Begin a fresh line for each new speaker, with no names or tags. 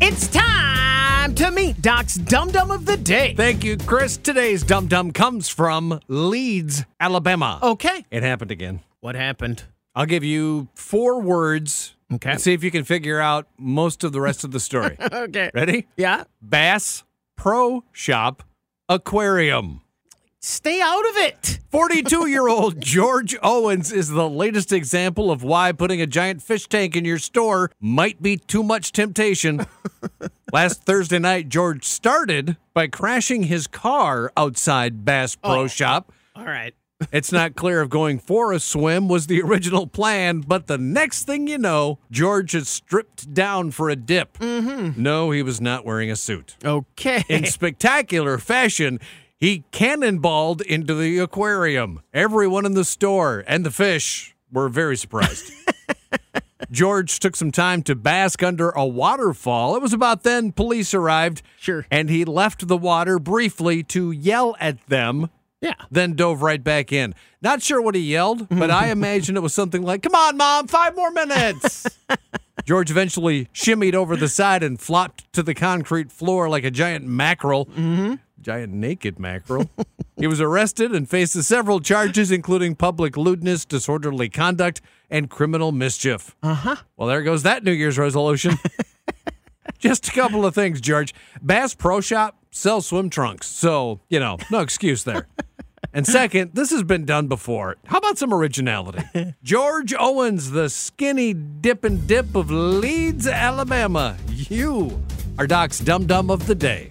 It's time to meet Doc's Dum Dum of the Day.
Thank you, Chris. Today's dum dum comes from Leeds, Alabama.
Okay.
It happened again.
What happened?
I'll give you four words
Okay.
and see if you can figure out most of the rest of the story.
Okay.
Ready?
Yeah.
Bass Pro Shop Aquarium.
Stay out of it.
42 year old George Owens is the latest example of why putting a giant fish tank in your store might be too much temptation. Last Thursday night, George started by crashing his car outside Bass Pro
Oh.
Shop.
All right.
It's not clear if going for a swim was the original plan, but the next thing you know, George is stripped down for a dip. No, he was not wearing a suit.
Okay.
In spectacular fashion, he cannonballed into the aquarium. Everyone in the store and the fish were very surprised. George took some time to bask under a waterfall. It was about then police arrived.
Sure.
And he left the water briefly to yell at them
yeah.
then dove right back in. Not sure what he yelled, but I imagine it was something like, Come on, mom, five more minutes. George eventually shimmied over the side and flopped to the concrete floor like a giant mackerel. Giant naked mackerel. he was arrested and faces several charges, including public lewdness, disorderly conduct, and criminal mischief. Uh huh. Well, there goes that New Year's resolution. Just a couple of things, George. Bass Pro Shop sells swim trunks, so, you know, no excuse there. And second, this has been done before. How about some originality? George Owens, the skinny dip and dip of Leeds, Alabama. You are Doc's Dum Dum of the Day.